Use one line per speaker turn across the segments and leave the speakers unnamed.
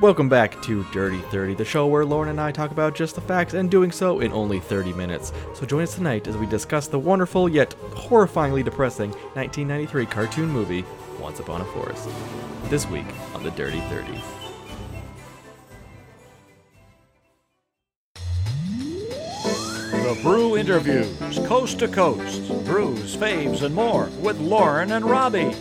Welcome back to Dirty 30, the show where Lauren and I talk about just the facts and doing so in only 30 minutes. So join us tonight as we discuss the wonderful yet horrifyingly depressing 1993 cartoon movie Once Upon a Forest. This week on the Dirty 30.
The Brew Interviews, coast to coast, brews, faves, and more with Lauren and Robbie.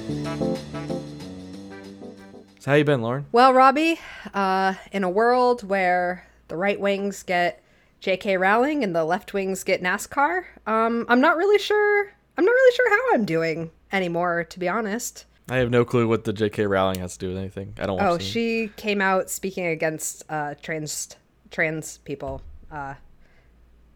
So how you been, Lauren?
Well, Robbie, uh, in a world where the right wings get J.K. Rowling and the left wings get NASCAR, um, I'm not really sure. I'm not really sure how I'm doing anymore, to be honest.
I have no clue what the J.K. Rowling has to do with anything. I don't. Watch
Oh,
the-
she came out speaking against uh, trans trans people. Uh,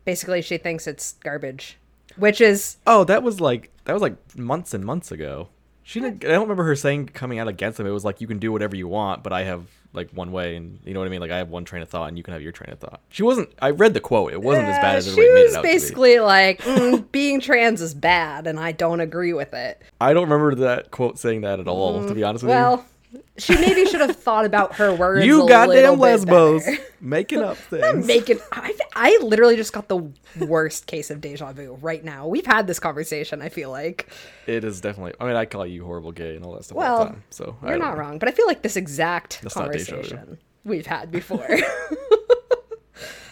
basically, she thinks it's garbage, which is
Oh, that was like that was like months and months ago. She didn't. I don't remember her saying coming out against them. It was like you can do whatever you want, but I have like one way, and you know what I mean. Like I have one train of thought, and you can have your train of thought. She wasn't. I read the quote. It wasn't as bad
Uh,
as
she
everybody made
was
it out to be.
basically like "Mm, being trans is bad, and I don't agree with it.
I don't remember that quote saying that at all. To be honest with
Well, she maybe should have thought about her words.
you, you
a
goddamn
little
lesbos
bit better.
making up things.
Make it. I, I literally just got the worst case of deja vu right now. We've had this conversation. I feel like
it is definitely. I mean, I call you horrible gay and all that stuff all
Well,
the time. So I
you're
don't
not
know.
wrong, but I feel like this exact
That's not deja vu.
conversation we've had before.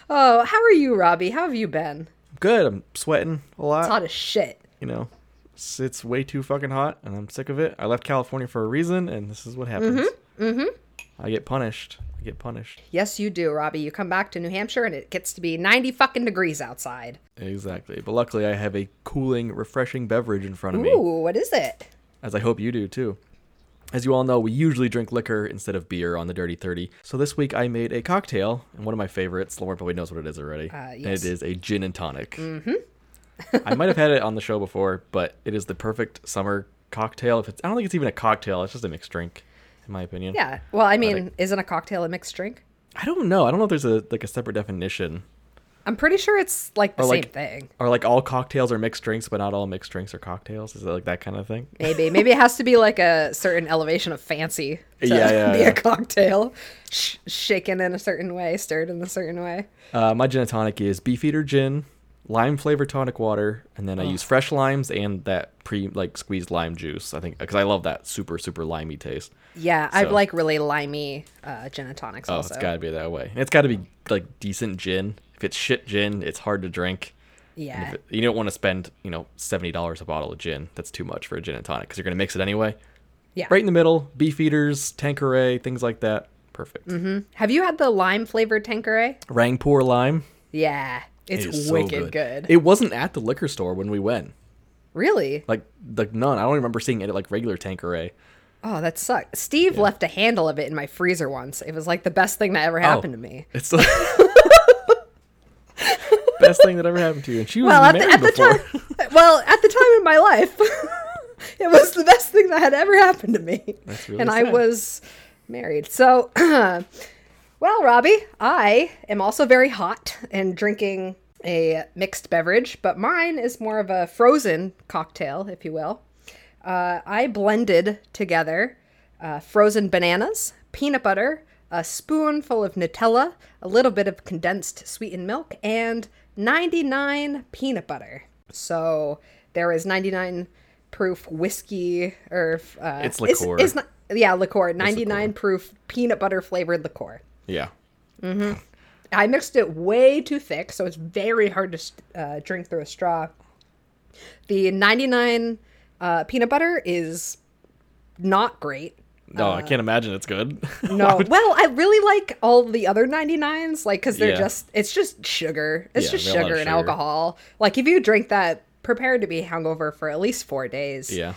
oh, how are you, Robbie? How have you been?
Good. I'm sweating a lot.
It's hot as shit.
you know, it's, it's way too fucking hot, and I'm sick of it. I left California for a reason, and this is what happens. Mm-hmm. I get punished. I get punished.
Yes, you do, Robbie. You come back to New Hampshire and it gets to be 90 fucking degrees outside.
Exactly. But luckily, I have a cooling, refreshing beverage in front of me,
Ooh, what is it?
as I hope you do too. As you all know, we usually drink liquor instead of beer on the Dirty 30. So this week I made a cocktail, and one of my favorites, Lauren probably knows what it is already.
Uh,
and
yes.
It is a gin and tonic. Mm-hmm. I might have had it on the show before, but it is the perfect summer cocktail. If it's, I don't think it's even a cocktail, it's just a mixed drink, in my opinion.
Yeah. Well, I mean, isn't a cocktail a mixed drink?
I don't know. I don't know if there's a like a separate definition.
I'm pretty sure it's like the
Or,
same
like-
thing.
Or like all cocktails are mixed drinks, but not all mixed drinks are cocktails. Is it like that kind of thing?
Maybe. Maybe it has to be like a certain elevation of fancy to
Yeah, yeah,
be
yeah.
a cocktail. Sh- shaken in a certain way, stirred in a certain way.
Uh, my gin and tonic is Beefeater gin, lime flavored tonic water, and then I use fresh limes and that pre like squeezed lime juice. I think because I love that super super limey taste.
Yeah, I
So-
like really limey uh, gin and tonics
Oh,
also.
it's got to be that way. And it's got to be like decent gin. If it's shit gin, it's hard to drink. And
yeah.
if it- you don't want to spend you know seventy dollars a bottle of gin. That's too much for a gin and tonic because you're gonna mix it anyway.
Yeah.
Right in the middle, Beefeaters, Tanqueray, things like that. Perfect.
Have you had the lime flavored Tanqueray?
Rangpur lime.
Yeah. It's
is so
wicked good.
It wasn't at the liquor store when we went.
really?
Like the none. I don't remember seeing it at like regular Tanqueray.
Oh, that sucks. Steve left a handle of it in my freezer once. It was like the best thing that ever
Oh.
happened to me.
It's the best thing that ever happened to you. And she was
Well, at the,
married
at the
before.
time, well, at the time in my life, it was the best thing that had ever happened to me,
That's really
and I
sad.
was married. So, well, Robbie, I am also very hot and drinking a mixed beverage, but mine is more of a frozen cocktail, if you will. Uh, I blended together uh, frozen bananas, peanut butter, a spoonful of Nutella, a little bit of condensed sweetened milk, and 99 peanut butter. So there is 99 proof whiskey or uh,
It's liqueur.
It's, not, yeah, liqueur. 99 proof peanut butter flavored liqueur.
yeah.
I mixed it way too thick, so it's very hard to uh, drink through a straw. The 99 uh, peanut butter is not great.
No,
Uh.
I can't imagine it's good.
No, well, I really like all the other 99s, like, because they're
Yeah.
just, it's just sugar. It's
Yeah,
just
they have a lot
sugar
of
and
sugar.
alcohol. Like, if you drink that, prepare to be hungover for at least four days.
yeah.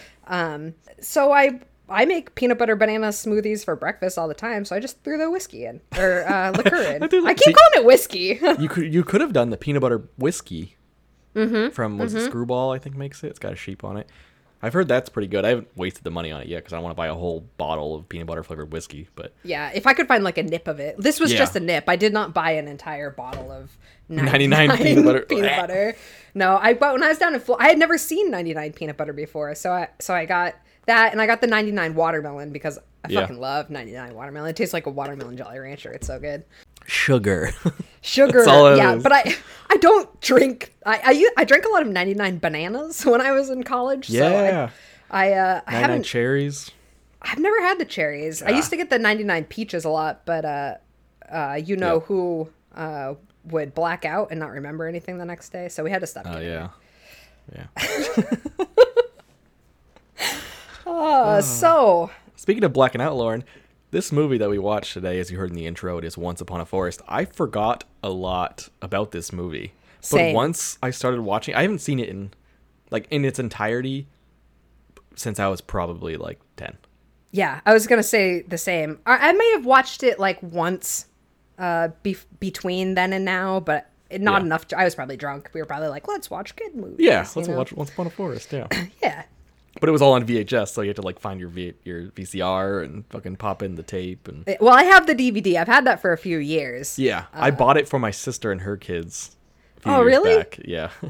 So I. I make peanut butter banana smoothies for breakfast all the time, so I just threw the whiskey in or uh, liquor in. I,
do like-
keep calling it whiskey.
You could you could have done the peanut butter whiskey
Mm-hmm.
from was it Screwball? I think makes it. It's got a sheep on it. I've heard that's pretty good. I haven't wasted the money on it yet because I want to buy a whole bottle of peanut butter flavored whiskey. But
Yeah, if I could find like a nip of it. This was
Yeah.
just a nip. I did not buy an entire bottle of
99
99,
peanut
peanut
butter.
butter. No, I but when I was down in Florida, I had never seen 99 peanut butter before. So I so I got That and I got the 99 watermelon because I
Yeah.
fucking love 99 watermelon. It tastes like a watermelon Jolly Rancher. It's so good.
Sugar.
Sugar,
That's all it
yeah,
is.
but I I don't drink. I, I u- I drank a lot of 99 bananas when I was in college.
yeah.
So I I, uh, I
99
haven't
cherries.
I've never had the cherries. I used to get the 99 peaches a lot, but uh, uh, you know who uh, would black out and not remember anything the next day. So we had to stop.
Oh,
doing
yeah. Yeah. oh.
Uh, so
Speaking of blacking out, Lauren, this movie that we watched today, as you heard in the intro, it is Once Upon a Forest. I forgot a lot about this movie, but
Same.
once I started watching, I haven't seen it in like in its entirety since I was probably like ten.
yeah, I was gonna say the same. I, I may have watched it like once, uh, bef between then and now, but not
Yeah.
enough. To, I was probably drunk. We were probably like, let's watch good movies.
Yeah,
you
let's
know?
watch Once Upon a Forest. Yeah,
Yeah,
but it was all on VHS, so you had to like find your v- your VCR and fucking pop in the tape and
Eh, Well, I have the DVD. I've had that for a few years.
yeah. I bought it for my sister and her kids. a few
Uh. Oh,
years
really?
Back. Yeah.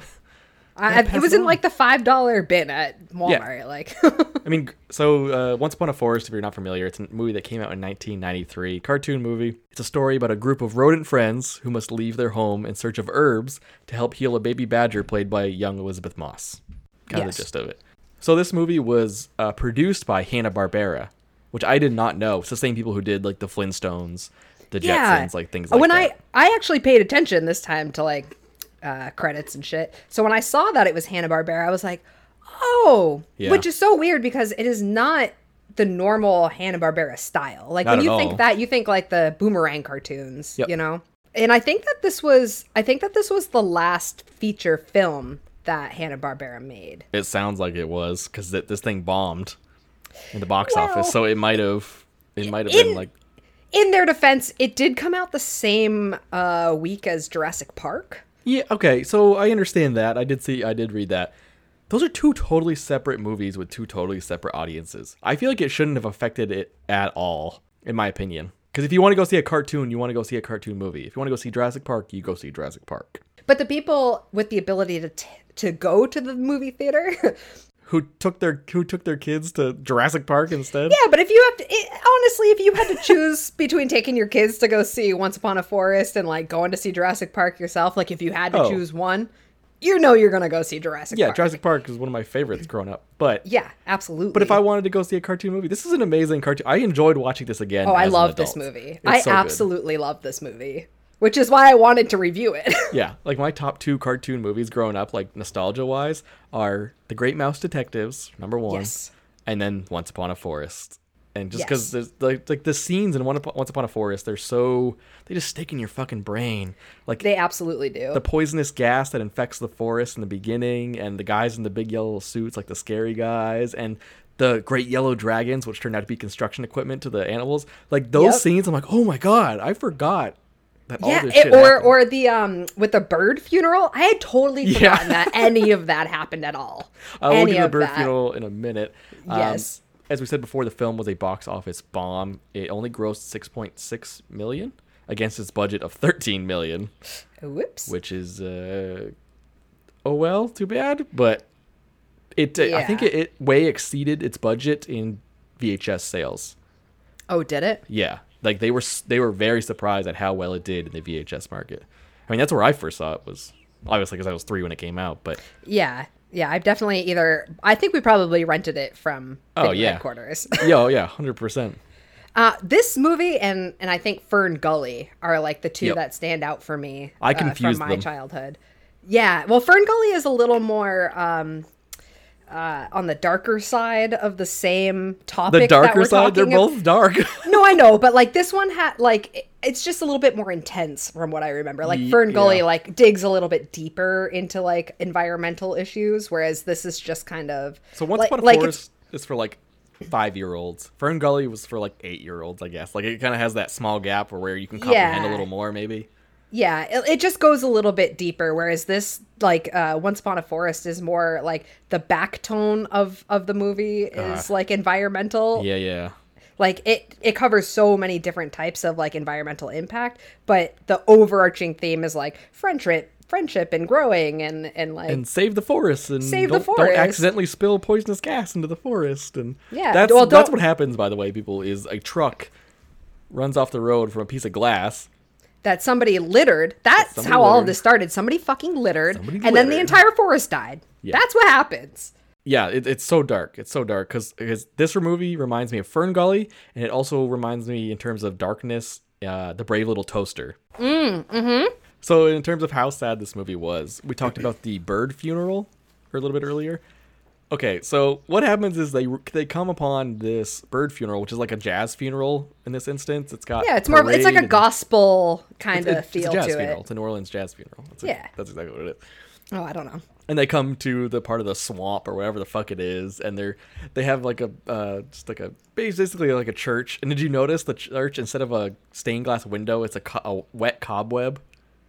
I,
pass
it was
it
in like the five dollar bin at Walmart. Like,
I mean, so uh, Once Upon a Forest, if you're not familiar, it's a movie that came out in 1993, cartoon movie. It's a story about a group of rodent friends who must leave their home in search of herbs to help heal a baby badger played by young Elizabeth Moss. Kind of
Yes.
the gist of it. So this movie was uh, produced by Hanna Barbera, which I did not know. It's the same people who did like the Flintstones, the Jetsons, like things like
when
that.
I I actually paid attention this time to like uh, credits and shit. So when I saw that it was Hanna Barbera, I was like, oh,
Yeah.
which is so weird because it is not the normal Hanna Barbera style. Like
Not
when
at
you
all.
think that, you think like the boomerang cartoons,
Yep.
you know. And I think that this was I think that this was the last feature film that Hanna Barbera made.
It sounds like it was because this thing bombed in the box
Well-
office, so it might have it might have
in-
been like
In their defense, it did come out the same uh, week as Jurassic Park.
Yeah, okay. So I understand that. I did see I did read that. Those are two totally separate movies with two totally separate audiences. I feel like it shouldn't have affected it at all, in my opinion. Because if you want to go see a cartoon, you want to go see a cartoon movie. If you want to go see Jurassic Park, you go see Jurassic Park.
But the people with the ability to t- to go to the movie theater, yeah.
Who took their who took their kids to Jurassic Park instead?
But if you have to, it, honestly, if you had to choose between taking your kids to go see Once Upon a Forest and like going to see Jurassic Park yourself, like if you had to
Oh.
choose one, you know you're gonna go see Jurassic.
Yeah,
Park.
Jurassic Park is one of my favorites growing up. But
Yeah, absolutely.
but if I wanted to go see a cartoon movie, this is an amazing cartoon. I enjoyed watching this again.
oh, I
as an
love this
adult.
movie.
It's
I
so good.
absolutely love this movie, which is why I wanted to review it.
Yeah, like my top two cartoon movies growing up, like nostalgia wise, are The Great Mouse Detectives, number one,
Yes.
and then Once Upon a Forest. And just
Yes.
because there's like, like the scenes in One Upon- Once Upon a Forest, they're so they just stick in your fucking brain. Like
they absolutely do.
the poisonous gas that infects the forest in the beginning, and the guys in the big yellow suits, like the scary guys, and the great yellow dragons, which turned out to be construction equipment to the animals. Like those
Yep.
scenes, I'm like, oh my god, I forgot that all
yeah,
this
it-
shit
or
happened."
or the um with the bird funeral, I had totally
Yeah.
forgotten that any of that happened at all.
Uh, we'll
any
get to the
of
bird
that.
funeral in a minute. Um,
Yes.
As we said before, the film was a box office bomb. It only grossed 6.6 million against its budget of 13 million,
Whoops.
which is uh, oh well, too bad. But it, uh, I think
Yeah.
it, it way exceeded its budget in VHS sales.
oh, did it?
Yeah, like they were s- they were very surprised at how well it did in the VHS market. I mean, that's where I first saw it was obviously because I was three when it came out, but
Yeah. Yeah, I've definitely either I think we probably rented it from
Oh,
video
yeah.
headquarters.
yo, yeah, hundred percent.
Uh, this movie and and I think Fern Gully are like the two
Yep.
that stand out for me.
I
uh,
confused
from my
them.
childhood. Yeah, well, Fern Gully is a little more um, uh, on the darker side of the same topic.
The
that
darker
we're
side, they're
talking ab-
both dark.
No, I know, but like this one had like it- it's just a little bit more intense from what I remember. Like
Ye-
Fern Gully
yeah.
like digs a little bit deeper into like environmental issues, whereas this is just kind of
So once
like,
upon a
like it's-
forest is for like five year olds. Fern Gully was for like eight year olds, I guess. Like it kind of has that small gap where you can comprehend a
Yeah.
little more, maybe.
Yeah, it, it just goes a little bit deeper. Whereas this, like, uh, Once Upon a Forest is more like the back tone of of the movie is like environmental.
Uh-huh. Yeah, yeah,
Like it it covers so many different types of like environmental impact, but the overarching theme is like friendship friendship and growing and and like
and save the forest and
Save the
don't, don't
forest.
accidentally spill poisonous gas into the forest and
Yeah,
that's
well,
that's
don't-
what happens by the way people is a truck runs off the road from a piece of glass
that somebody littered. That's
somebody
how all of
littered.
this started. Somebody fucking littered,
Somebody
and then the
littered.
entire forest died.
Yeah.
That's what happens.
yeah it, it's so dark it's so dark because this movie reminds me of Fern Gully and it also reminds me in terms of darkness uh, the brave little toaster mm, mm-hmm. so in terms of how sad this movie was we talked about the bird funeral a little bit earlier Okay, so what happens is they they come upon this bird funeral, which is like a jazz funeral in this instance. It's got
Yeah, it's more. of It's like
parade
a
and-
gospel kind
it's-
of
it's
feel
a jazz
to
funeral.
it.
It's a New Orleans jazz funeral. That's it.
Yeah.
that's exactly what it is
Oh, I don't know.
and they come to the part of the swamp or whatever the fuck it is and they're they have like a uh just like a basically like a church and did you notice the church instead of a stained glass window it's a, co- a wet cobweb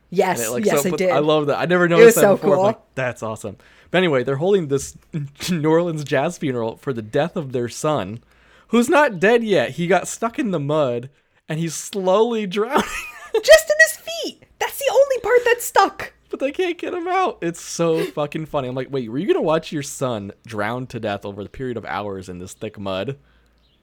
Yes,
and it, like,
yes,
so,
I
but
did.
I love that. I never noticed that
so
before. I'm
cool.
like, that's awesome. But anyway, they're holding this New Orleans jazz funeral for the death of their son, who's not dead yet. He got stuck in the mud and he's slowly drowning,
Just in his feet. That's the only part that's stuck.
but they can't get him out. It's so fucking funny. I'm like, wait, were you gonna watch your son drown to death over the period of hours in this thick mud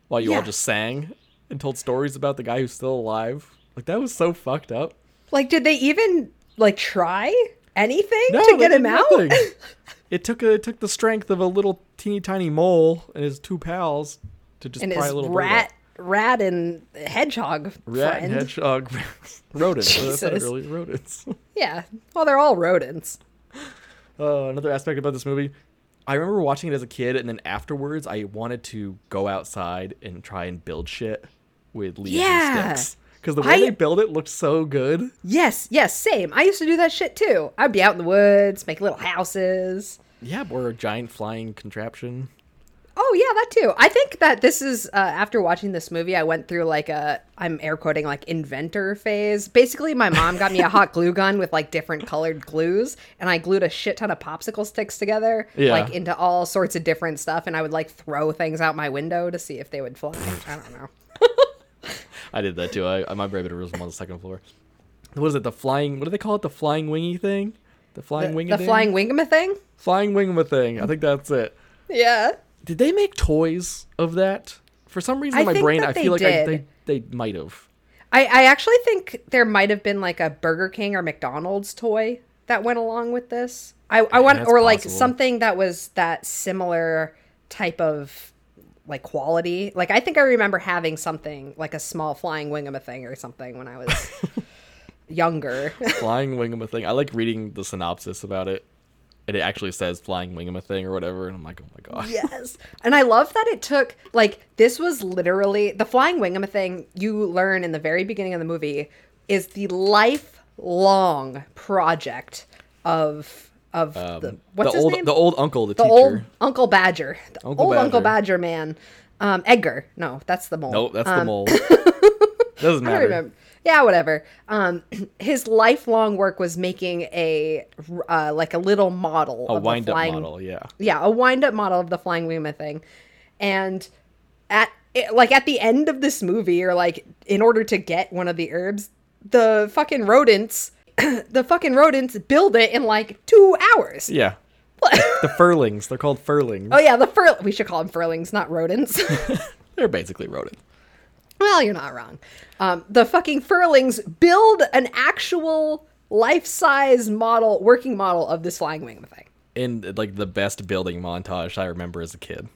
while you all
Yeah.
just sang and told stories about the guy who's still alive? Like that was so fucked up.
Like, did they even like try anything
No,
to
they
get him
did
out?
nothing. it took it took the strength of a little teeny tiny mole and his two pals to just
and
pry
his
a little bird
rat,
out.
rat and hedgehog
rat
friend.
and hedgehog rodents. That's not
Jesus.
really rodents.
yeah. Well, they're all rodents.
Uh, another aspect about this movie, I remember watching it as a kid, and then afterwards, I wanted to go outside and try and build shit with leaves
Yeah.
and sticks because the way
I-
they build it looked so good.
Yes, yes, same. I used to do that shit too. I'd be out in the woods, make little houses.
Yeah, or a giant flying contraption.
Oh yeah, that too. I think that this is uh, after watching this movie, I went through like a I'm air quoting like inventor phase. Basically, my mom got me a hot glue gun with like different colored glues, and I glued a shit ton of popsicle sticks together,
Yeah.
like into all sorts of different stuff. And I would like throw things out my window to see if they would fly. I don't know.
I did that too. I, I my Brave was on the second floor. What is it? The flying? What do they call it? The flying wingy thing? The flying wingy.
the flying wingama thing.
flying wingma thing. I think that's it.
Yeah.
Did they make toys of that? For some reason,
I
in my
think
brain,
that
I
they
feel like I, they
did.
they might have.
I, I actually think there might have been like a Burger King or McDonald's toy that went along with this. I, I want
that's
or like
possible.
something that was that similar type of like quality. Like I think I remember having something like a small flying wing of a thing or something when I was younger.
flying wingama thing. I like reading the synopsis about it, and it actually says flying wingama thing or whatever, and I'm like, oh my god.
yes. And I love that it took like this was literally the flying wingama thing you learn in the very beginning of the movie is the lifelong project of of the what's
Um, the
his
old
name?
the old uncle, the,
The
teacher.
old Uncle Badger. The
Uncle
old Uncle
Badger.
Badger man. Um Edgar. No, that's the mole.
Nope, that's
Um,
the mole. Doesn't
I
matter.
don't remember. Yeah, whatever. Um, his lifelong work was making a uh, like a little model,
A
of
wind
the
up
flying,
model, yeah.
yeah, a wind-up model of the flying Wingman thing, and at it, like at the end of this movie, or like in order to get one of the herbs, the fucking rodents, the fucking rodents build it in like two hours.
Yeah. the furlings. They're called furlings.
Oh yeah, the fur. We should call them furlings, not rodents.
They're basically rodents.
Well, you're not wrong. Um, the fucking furlings build an actual life-size model, working model of this flying wing thing.
In like the best building montage I remember as a kid.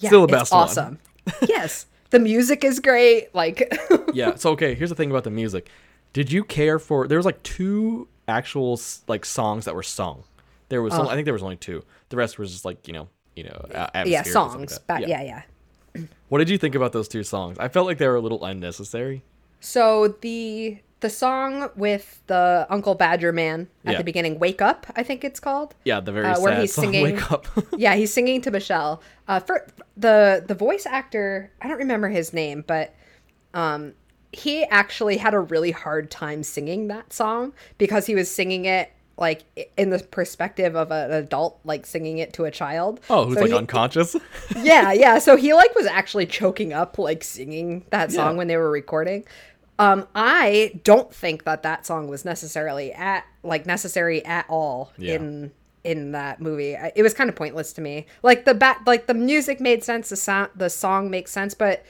Yeah,
Still the best
it's
one.
awesome. yes, the music is great. Like,
yeah. So okay, here's the thing about the music. Did you care for? There was like two actual s- like songs that were sung. There was,
Oh.
some, I think there was only two. The rest was just like you know, you know, a- atmosphere
yeah,
or something like
songs.
that.
But yeah. yeah,
What did you think about those two songs? I felt like they were a little unnecessary.
So the the song with the Uncle Badger man at
Yeah.
the beginning, "Wake Up," I think it's called.
Yeah, the very
Uh,
sad
where he's
song,
singing-
"Wake Up."
yeah, he's singing to Michelle. Uh, for the the voice actor, I don't remember his name, but um, he actually had a really hard time singing that song because he was singing it like i- in the perspective of an adult, like singing it to a child.
oh, who's
So
like
he-
unconscious?
yeah, yeah. So he like was actually choking up, like singing that song
Yeah.
when they were recording. Um, I don't think that that song was necessarily at like necessary at all
Yeah.
in in that movie. I, it was kind of pointless to me. Like the bat, like the music made sense, the sound, the song makes sense, but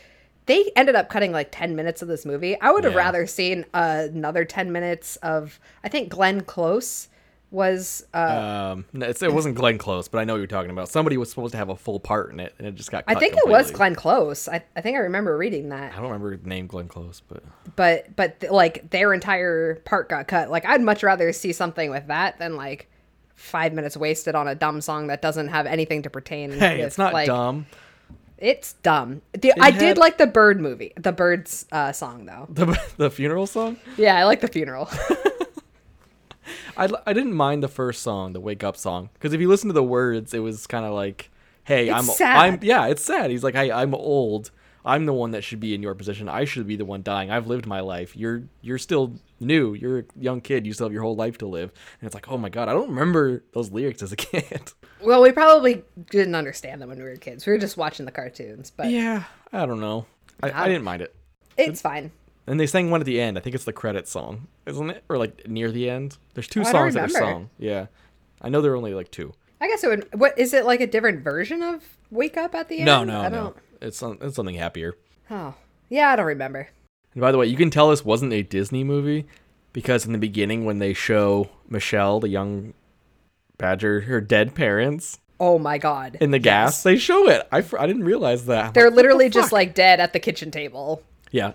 they ended up cutting like 10 minutes of this movie. I would have
Yeah.
rather seen another 10 minutes of I think Glenn Close was uh,
Um, no, it's, it wasn't Glenn Close, but I know what you're talking about. Somebody was supposed to have a full part in it, and it just got.
I
cut
think it was
completely.
Glenn Close. I, I think I remember reading that.
I don't remember the name Glenn Close, but
but but th- like their entire part got cut. Like I'd much rather see something with that than like five minutes wasted on a dumb song that doesn't have anything to pertain.
hey,
with,
it's not
like,
dumb.
It's dumb. The, I
had-
did like the bird movie, the birds uh, song though.
The, the funeral song.
Yeah, I like the funeral.
I, I didn't mind the first song, the wake up song, because if you listen to the words, it was kind of like, "Hey, I'm
sad.
I'm yeah, it's sad." He's like, "Hey, I'm old. I'm the one that should be in your position. I should be the one dying. I've lived my life. You're you're still new. You're a young kid. You still have your whole life to live." And it's like, "Oh my god, I don't remember those lyrics as a kid."
well, we probably didn't understand them when we were kids. We were just watching the cartoons, but
yeah, I don't know. I, I didn't mind it.
it's fine.
And they sang one at the end. I think it's the credit song, isn't it? Or like near the end. There's two
I don't
songs that are
remember.
sung. Yeah, I know there are only like two.
I guess it would. What is it like a different version of Wake Up at the end?
No, no,
I
no.
don't.
It's, some- it's something happier.
Oh, yeah, I don't remember.
And by the way, you can tell this wasn't a Disney movie because in the beginning, when they show Michelle, the young badger, her dead parents
Oh my god.
in the gas, they show it. I, fr- I didn't realize that. I'm
They're
like, "What the
literally just
fuck?"
like dead at the kitchen table.
yeah.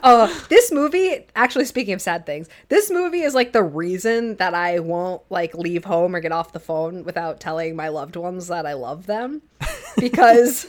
Uh, this movie, actually, speaking of sad things, this movie is like the reason that I won't like leave home or get off the phone without telling my loved ones that I love them, because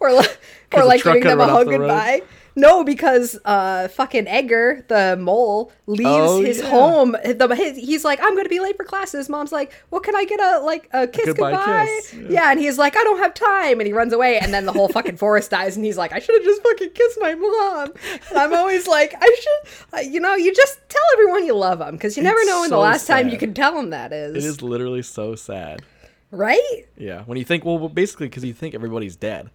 or like or
the
like
truck
giving
got
them a
run off
hug
the road?
goodbye. No, because uh, fucking Edgar the mole leaves
Oh,
his
yeah.
home. The, his, he's like, I'm gonna be late for classes. Mom's like, Well, can I get a like a kiss
goodbye
goodbye?
kiss, yeah.
Yeah. and he's like, I don't have time, and he runs away, and then the whole fucking forest dies, and he's like, I should have just fucking kissed my mom. And I'm always like, I should, uh, you know, you just tell everyone you love them because you never
It's
know when the
so
last time
sad.
you can tell them that is.
It is literally so sad.
right?
Yeah. When you think, well, basically, because you think everybody's dead.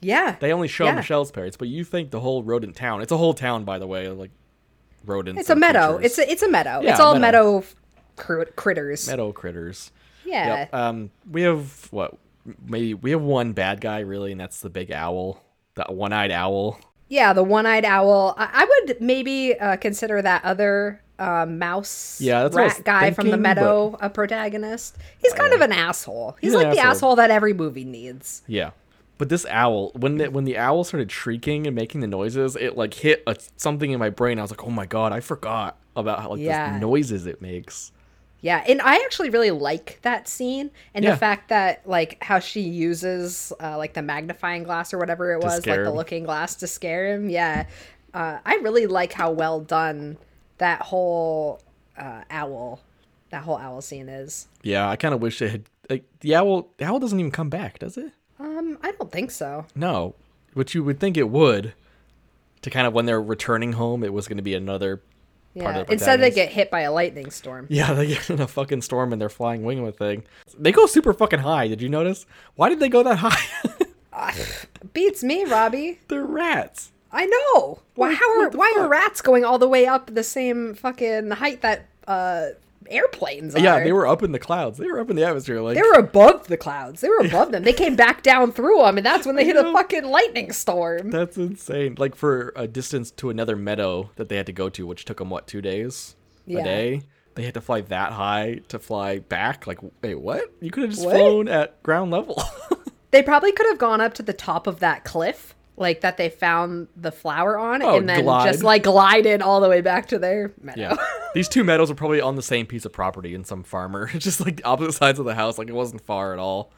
Yeah,
They only show
Yeah.
Michelle's parents, but you think the whole rodent town. It's a whole town, by the way, like rodents.
it's a
and
meadow.
creatures.
It's a it's a meadow.
Yeah,
it's all
meadow.
meadow, cr- critters.
meadow critters.
Yeah,
Yep. Um, we have what? Maybe we have one bad guy really, and that's the big owl, that one-eyed owl.
yeah. The one-eyed owl. I, I would maybe uh, consider that other. Uh, mouse
Yeah, that's what I was
rat guy from the
thinking, but-
meadow a protagonist he's kind of an asshole he's,
He's an
like the
asshole.
asshole that every movie needs
Yeah. But this owl, when the, when the owl started shrieking and making the noises, it like hit a, something in my brain. I was like, oh my god, I forgot about how like
Yeah.
the noises it makes.
Yeah, and I actually really like that scene and
Yeah.
the fact that like how she uses uh, like the magnifying glass or whatever it was,
scare
like the
him.
looking glass to scare him. Yeah, uh, I really like how well done that whole uh, owl, that whole owl scene is.
Yeah, I kind of wish it had. Like, the owl, the owl doesn't even come back, does it?
Um, I don't think so.
No, which you would think it would. To kind of when they're returning home, it was going to be another. Part
Yeah,
of the
instead they
protagonist.
get hit by a lightning storm.
Yeah, they get in a fucking storm and they're flying wingman thing. They go super fucking high. Did you notice? Why did they go that high?
Beats me, Robbie.
they're rats.
I know. Why? How are
the
why
fuck?
are rats going all the way up the same fucking height that uh, airplanes are?
Yeah, they were up in the clouds. They were up in the atmosphere. Like
They were above the clouds. They were above them. They came back down through them, and that's when they hit
know.
a fucking lightning storm.
that's insane. Like for a distance to another meadow that they had to go to, which took them what two days a
Yeah.
day. They had to fly that high to fly back. Like, wait, what? You could have just
What?
flown at ground level.
They probably could have gone up to the top of that cliff, like that they found the flower on,
Oh,
and then
glide.
just like glided all the way back to their meadow.
yeah, these two meadows are probably on the same piece of property, and some farmer just like opposite sides of the house. Like it wasn't far at all.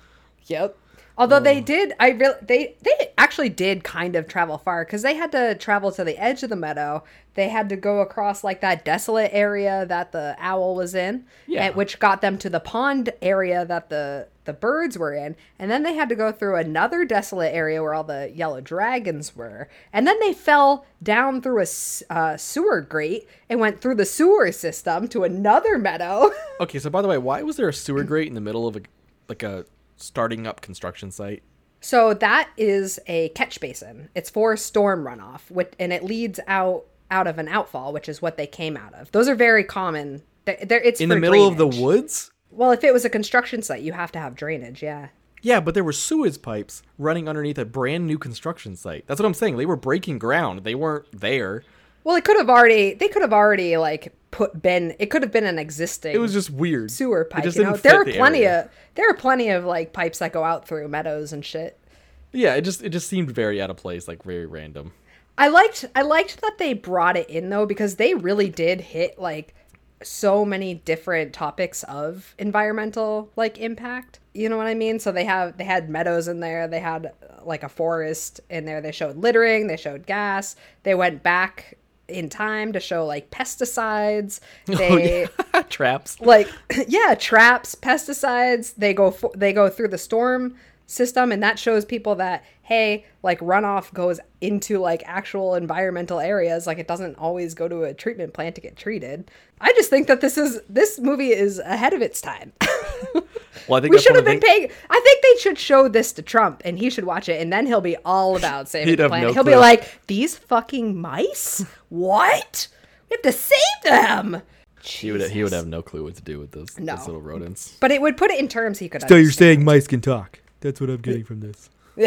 Yep. Although they did, I really they they actually did kind of travel far because they had to travel to the edge of the meadow. They had to go across like that desolate area that the owl was in,
Yeah.
and- which got them to the pond area that the the birds were in, and then they had to go through another desolate area where all the yellow dragons were, and then they fell down through a s- uh, sewer grate and went through the sewer system to another meadow.
Okay, so by the way, why was there a sewer grate in the middle of a like a starting up construction site?
So that is a catch basin. It's for storm runoff, which, and it leads out out of an outfall, which is what they came out of. Those are very common. They're, they're- it's
in the
for
middle of the
drainage.
woods?
Well, if it was a construction site, you have to have drainage. Yeah.
Yeah, but there were sewage pipes running underneath a brand new construction site. That's what I'm saying. They were breaking ground. They weren't there.
Well, it could have already. They could have already like put been. It could have been an existing.
It was just weird.
sewer
It
pipe.
just
you know,
didn't
there
fit
are
the
plenty
area.
of there are plenty of like pipes that go out through meadows and shit.
Yeah, it just it just seemed very out of place, like very random.
I liked I liked that they brought it in though because they really did hit like so many different topics of environmental like impact. You know what I mean? So they have they had meadows in there, they had uh, like a forest in there. They showed littering, they showed gas. They went back in time to show like pesticides. They
Oh, yeah. Traps.
like yeah traps pesticides they go fo- they go through the storm system and that shows people that hey like runoff goes into like actual environmental areas like it doesn't always go to a treatment plant to get treated i just think that this is this movie is ahead of its time
Well, I think
we
that's
should
one of the
have
thing-
been paying i think they should show this to trump and he should watch it and then he'll be all about saving
He'd
the
have
planet
no
he'll be
clue.
like these fucking mice what we have to save them
He would, he would have no clue what to do with this,
No.
this little rodents.
But it would put it in terms he could.
So you're
understand.
saying mice can talk? That's what I'm getting from this. Are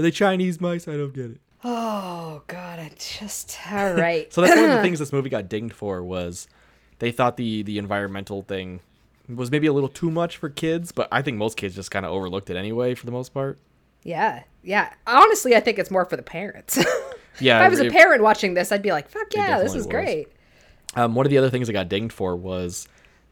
they Chinese mice? I don't get it.
Oh God, I just all right.
So that's one of the things this movie got dinged for was they thought the the environmental thing was maybe a little too much for kids, but I think most kids just kind of overlooked it anyway for the most part.
yeah, yeah. Honestly, I think it's more for the parents. if
Yeah,
I was a
it-
parent watching this, I'd be like, "Fuck yeah,
definitely
this is
was.
great."
Um, one of the other things I got dinged for was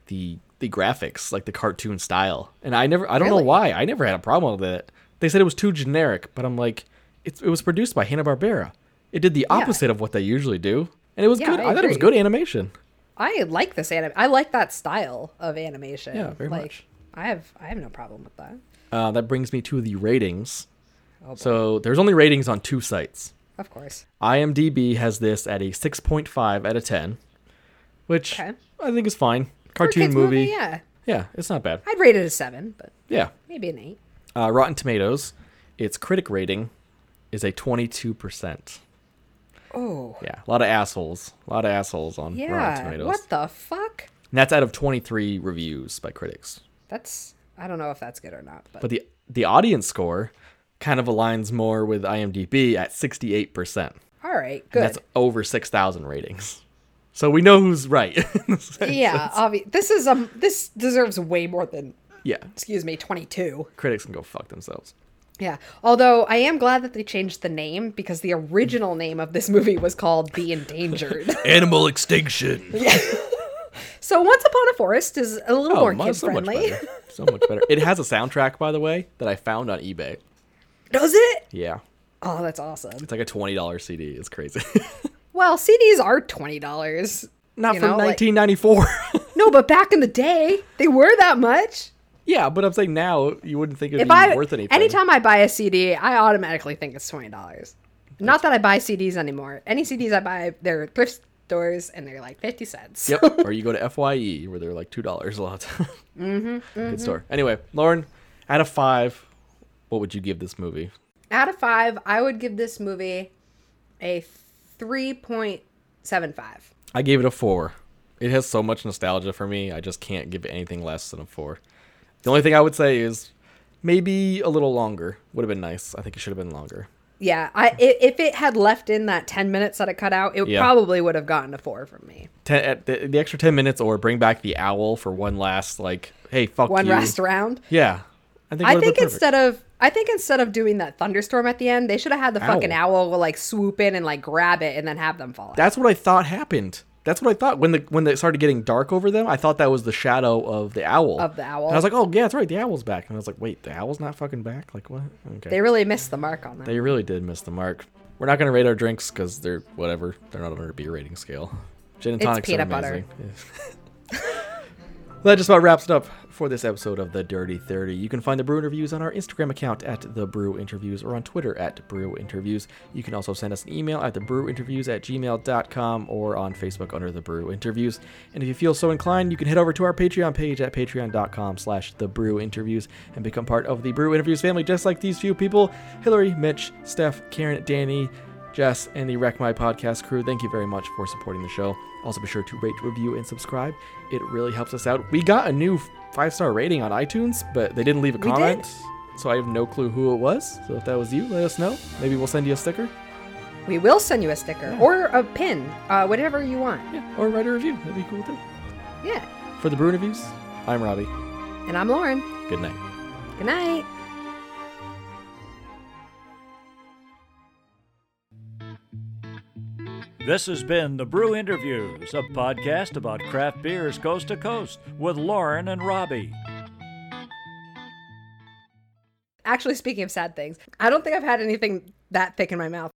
the the graphics, like the cartoon style, and I never I don't
Really?
know why I never had a problem with it. They said it was too generic, but I'm like, it's, it was produced by Hanna Barbera. It did the opposite of what they usually do, and it was
Yeah,
good. I,
I
thought it was
agree.
good animation.
I like this anime. I like that style of animation.
Yeah, very
like,
much.
I have I have no problem with that.
Uh, that brings me to the ratings.
Oh,
so there's only ratings on two sites.
Of course.
IMDb has this at a 6.5 out of 10, which
Okay.
I think is fine.
For a
Cartoon
kids
movie. yeah.
Yeah,
it's not bad.
I'd rate it a seven, but
Yeah.
maybe an eight.
Uh, Rotten Tomatoes, its critic rating is a 22%.
Oh
Yeah, a lot of assholes. A lot of assholes on Rotten
yeah.
Tomatoes.
What the fuck?
And that's out of 23 reviews by critics.
That's I don't know if that's good or not, but,
But the the audience score kind of aligns more with IMDb at 68%.
all right,
And
good.
That's over 6,000 ratings. So we know who's right.
yeah, obvi- this is um this deserves way more than
yeah.
excuse me, 22.
Critics can go fuck themselves.
Yeah. Although I am glad that they changed the name because the original name of this movie was called The Endangered.
Animal extinction.
so Once Upon a Forest is a little more
my-
kid friendly.
better. So much better. It has a soundtrack, by the way, that I found on eBay.
Does it?
Yeah.
Oh, that's awesome.
It's like a $20 CD. It's crazy.
Well, CDs are $20.
Not
You
from
know, like-
1994.
No, but back in the day, they were that much.
yeah, but I'm saying now you wouldn't think it'd
If
be
I
worth anything.
anytime I buy a CD, I automatically think it's $20. Not that I buy CDs anymore. Any CDs I buy, they're thrift stores and they're like 50 cents.
Yep. or you go to FYE where they're like $2 a lot. mm-hmm, Good store. Anyway, Lauren, out of five, what would you give this movie?
out of five, I would give this movie a 3.75.
I gave it a four. It has so much nostalgia for me. I just can't give it anything less than a four. The only thing I would say is maybe a little longer would have been nice. I think it should have been longer.
Yeah, I i- if it had left in that 10 minutes that it cut out, it
Yeah.
probably would have gotten a four from me.
Ten, at the, the extra ten minutes, or bring back the owl for one last like, hey, fuck
One
you.
last round.
Yeah, I think.
I
would've been
think
perfect.
instead of I think instead of doing that thunderstorm at the end, they should have had the fucking
Owl.
owl like swoop in and like grab it and then have them fall. out.
That's what I thought happened. That's what I thought when the when it started getting dark over them. I thought that was the shadow of the owl.
Of the owl.
And I was like, oh yeah, that's right. The owl's back. And I was like, wait, the owl's not fucking back. Like what? Okay.
they really missed the mark on that.
They really did miss the mark. We're not going to rate our drinks because they're whatever. They're not under a beer rating scale. Gin and
It's
tonics are
peanut butter.
amazing. That just about wraps it up for this episode of The Dirty 30. You can find The Brew Interviews on our Instagram account at The Brew Interviews or on Twitter at Brew Interviews. You can also send us an email at TheBrewInterviews at gmail.com or on Facebook under The Brew Interviews. And if you feel so inclined, you can head over to our Patreon page at patreon.com slash The Brew Interviews and become part of The Brew Interviews family just like these few people, Hillary, Mitch, Steph, Karen, Danny, Jess and the Wreck My Podcast crew, thank you very much for supporting the show. Also, be sure to rate, review, and subscribe. It really helps us out. We got a new five star rating on iTunes, but they didn't leave a
did.
comment. So I have no clue who it was. So if that was you, let us know. Maybe we'll send you a sticker
We will send you a sticker or a pin, uh, whatever you want.
yeah, or write a review. That'd be cool too.
Yeah.
For the Brew Reviews, I'm Robbie.
And I'm Lauren.
Good night.
Good night.
This has been The Brew Interviews, a podcast about craft beers coast to coast with Lauren and Robbie.
Actually, speaking of sad things, I don't think I've had anything that thick in my mouth